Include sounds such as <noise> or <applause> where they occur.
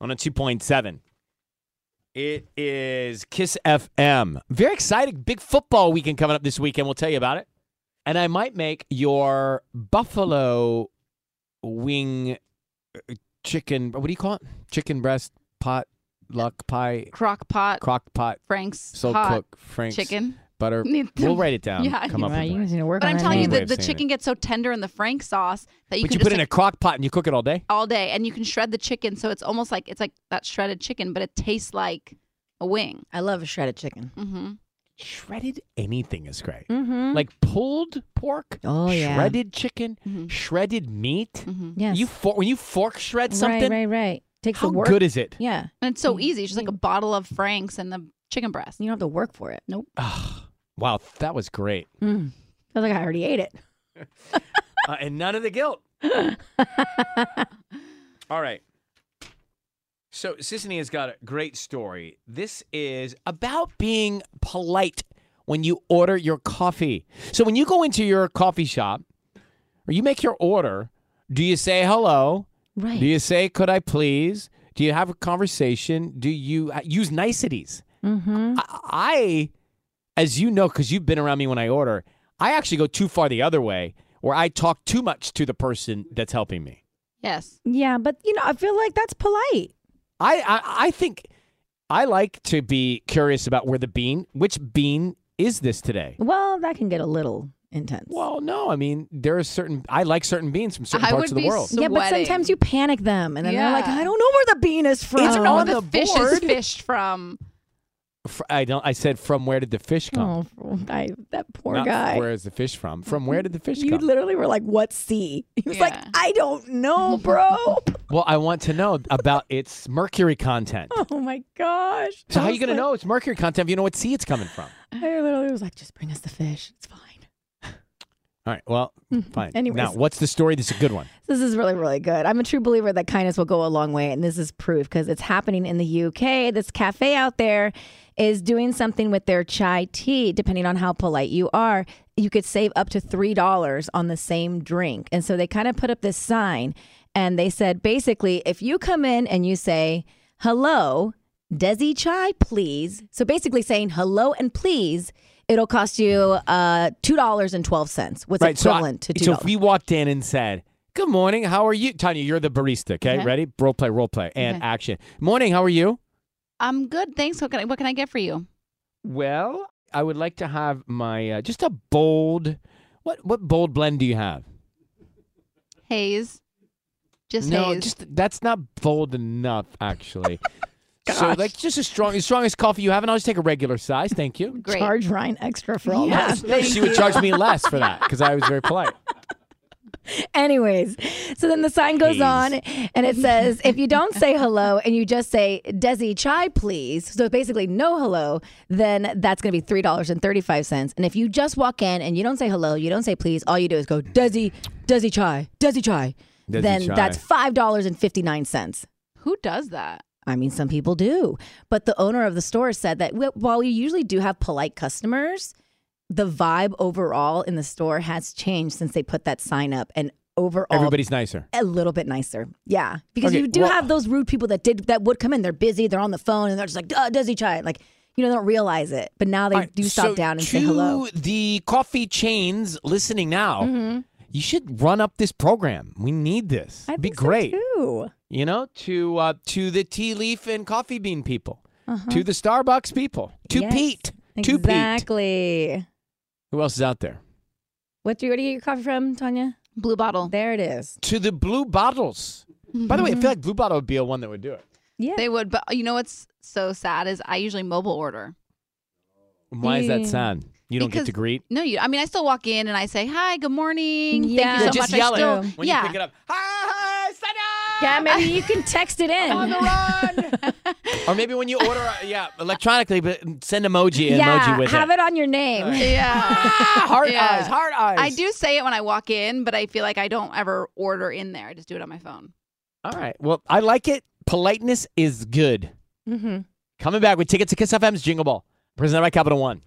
on a 2.7. It is Kiss FM. Very exciting. Big football weekend coming up this weekend. We'll tell you about it. And I might make your buffalo wing uh, chicken, what do you call it? Chicken breast pot luck pie, crock pot, crock pot, Frank's slow pot cook, Frank's chicken. butter. <laughs> Need to- We'll write it down. Yeah, come up Right, with you it. guys need to work But on I'm that telling you, name. way the, of the saying chicken gets so tender in the Frank sauce that you But can you put just it in a like, crock pot and you cook it all day? all day, and you can shred the chicken, so it's almost like it's like that shredded chicken, but it tastes like a wing. I love shredded chicken. Mm-hmm. Shredded anything is great. Mm-hmm. Like pulled pork, Oh, yeah. Mm-hmm. shredded chicken, Mhm. shredded meat. Mm-hmm. yes. You for- when you fork shred something, Right, right, right. Takes how the work. good is it? yeah. And it's so Mm, easy. It's just like a bottle of Frank's and the chicken breast. You don't have to work for it. Nope. Ugh. wow, that was great. Mm. Feels like I already ate it. Uh, and none of the <laughs> guilt. All right. So Sisney has got a great story. This is about being polite when you order your coffee. So when you go into your coffee shop or you make your order, do you say hello? Right. Do you say could I please? Do you have a conversation? Do you uh, use niceties? mm-hmm. I, I- as you know, because you've been around me when I order, I actually go too far the other way where I talk too much to the person that's helping me. Yes. Yeah, but you know, I feel like that's polite. I, I, I think I like to be curious about where the bean, which bean is this today? Well, that can get a little intense. Well, no, I mean, there are certain, I like certain beans from certain I parts would of the be world. so- yeah, but sweating. sometimes you panic them, and then they're like, Yeah. "I don't know where the bean is from." It's I don't on know where the Um, fish board. is fished from. Fr- I don't, I said, from where did the fish come? Oh, I, that poor Not guy. Where is the fish from? From where did the fish you come? literally were like, "What sea?" He was like, Yeah. "I don't know, bro." <laughs> well, I want to know about its mercury content. oh my gosh! So I how are was you going to like- know it's mercury content if you know what sea it's coming from? I literally was like, "Just bring us the fish. It's fine." All right. Well, fine. Anyways. Now, what's the story? This is a good one. This is really, really good. I'm a true believer that kindness will go a long way, and this is proof because it's happening in the UK. This cafe out there is doing something with their chai tea, depending on how polite you are. You could save up to $3 on the same drink. And so they kind of put up this sign, and they said basically, if you come in and you say, hello, Desi chai, please. So basically saying hello and please. It'll cost you uh, two dollars and twelve cents. What's right. equivalent so, I- to two so dollars? if we walked in and said, Good morning. How are you? Tanya, you're the barista. Okay. Okay. Ready? Role play, role play, and Okay. action. Morning. How are you? I'm good. Thanks. What can I, what can I get for you? Well, I would like to have my uh, just a bold. What what bold blend do you have? Haze. Just no, haze. just that's not bold enough, actually. so like just as strong, as strong as coffee you have, and I'll just take a regular size. Thank you. Great. charge Ryan extra for all Yeah. that. <laughs> No, she would charge me less for that because I was very polite. Anyways, so then the sign goes Please. on and it says, if you don't say hello and you just say Desi Chai, please, so basically no hello, then that's going to be $3.35. And if you just walk in and you don't say hello, you don't say please, all you do is go Desi, Desi Chai, Desi Chai, Desi then Chai. that's $5.59. Who does that? I mean, some people do. But the owner of the store said that wh- while we usually do have polite customers, the vibe overall in the store has changed since they put that sign up and overall Everybody's nicer. a little bit nicer. Yeah. Because Okay, you do well- have those rude people that did that would come in, they're busy, they're on the phone and they're just like, "Duh, does he try it?" Like, you know, they don't realize it. But now they All right, do stop so down and to say hello. Mm-hmm. The coffee chains listening now. You should run up this program. We need this. I It'd be think so, great. too. you know, to uh, to the tea leaf and coffee bean people, to the Starbucks people, to Uh-huh. Yes, Pete, to Pete. Exactly. Who else is out there? What do you where do you get your coffee from, Tanya? Blue bottle. Mm-hmm. There it is. To the Blue Bottles. By the way, I Mm-hmm. feel like Blue Bottle would be a one that would do it. Yeah. They would, but you know what's so sad is I usually mobile order. Why is that Yeah. sad? You don't get Because- to greet. No, you. I mean, I still walk in and I say hi, good morning, thank Yeah. you so Yeah, much. just I yell it still, when yeah, you pick it up. Hi, hi, yeah, maybe you can text it in. Or maybe when you order, uh, yeah, electronically, but send emoji, emoji with have it. on your name. <laughs> <laughs> yeah. Ah, hard Yeah. eyes, hard eyes. I do say it when I walk in, but I feel like I don't ever order in there. I just do it on my phone. All right. Well, I like it. Politeness is good. Mm-hmm. Coming back with tickets to Kiss FM's Jingle Ball, presented by Capital One.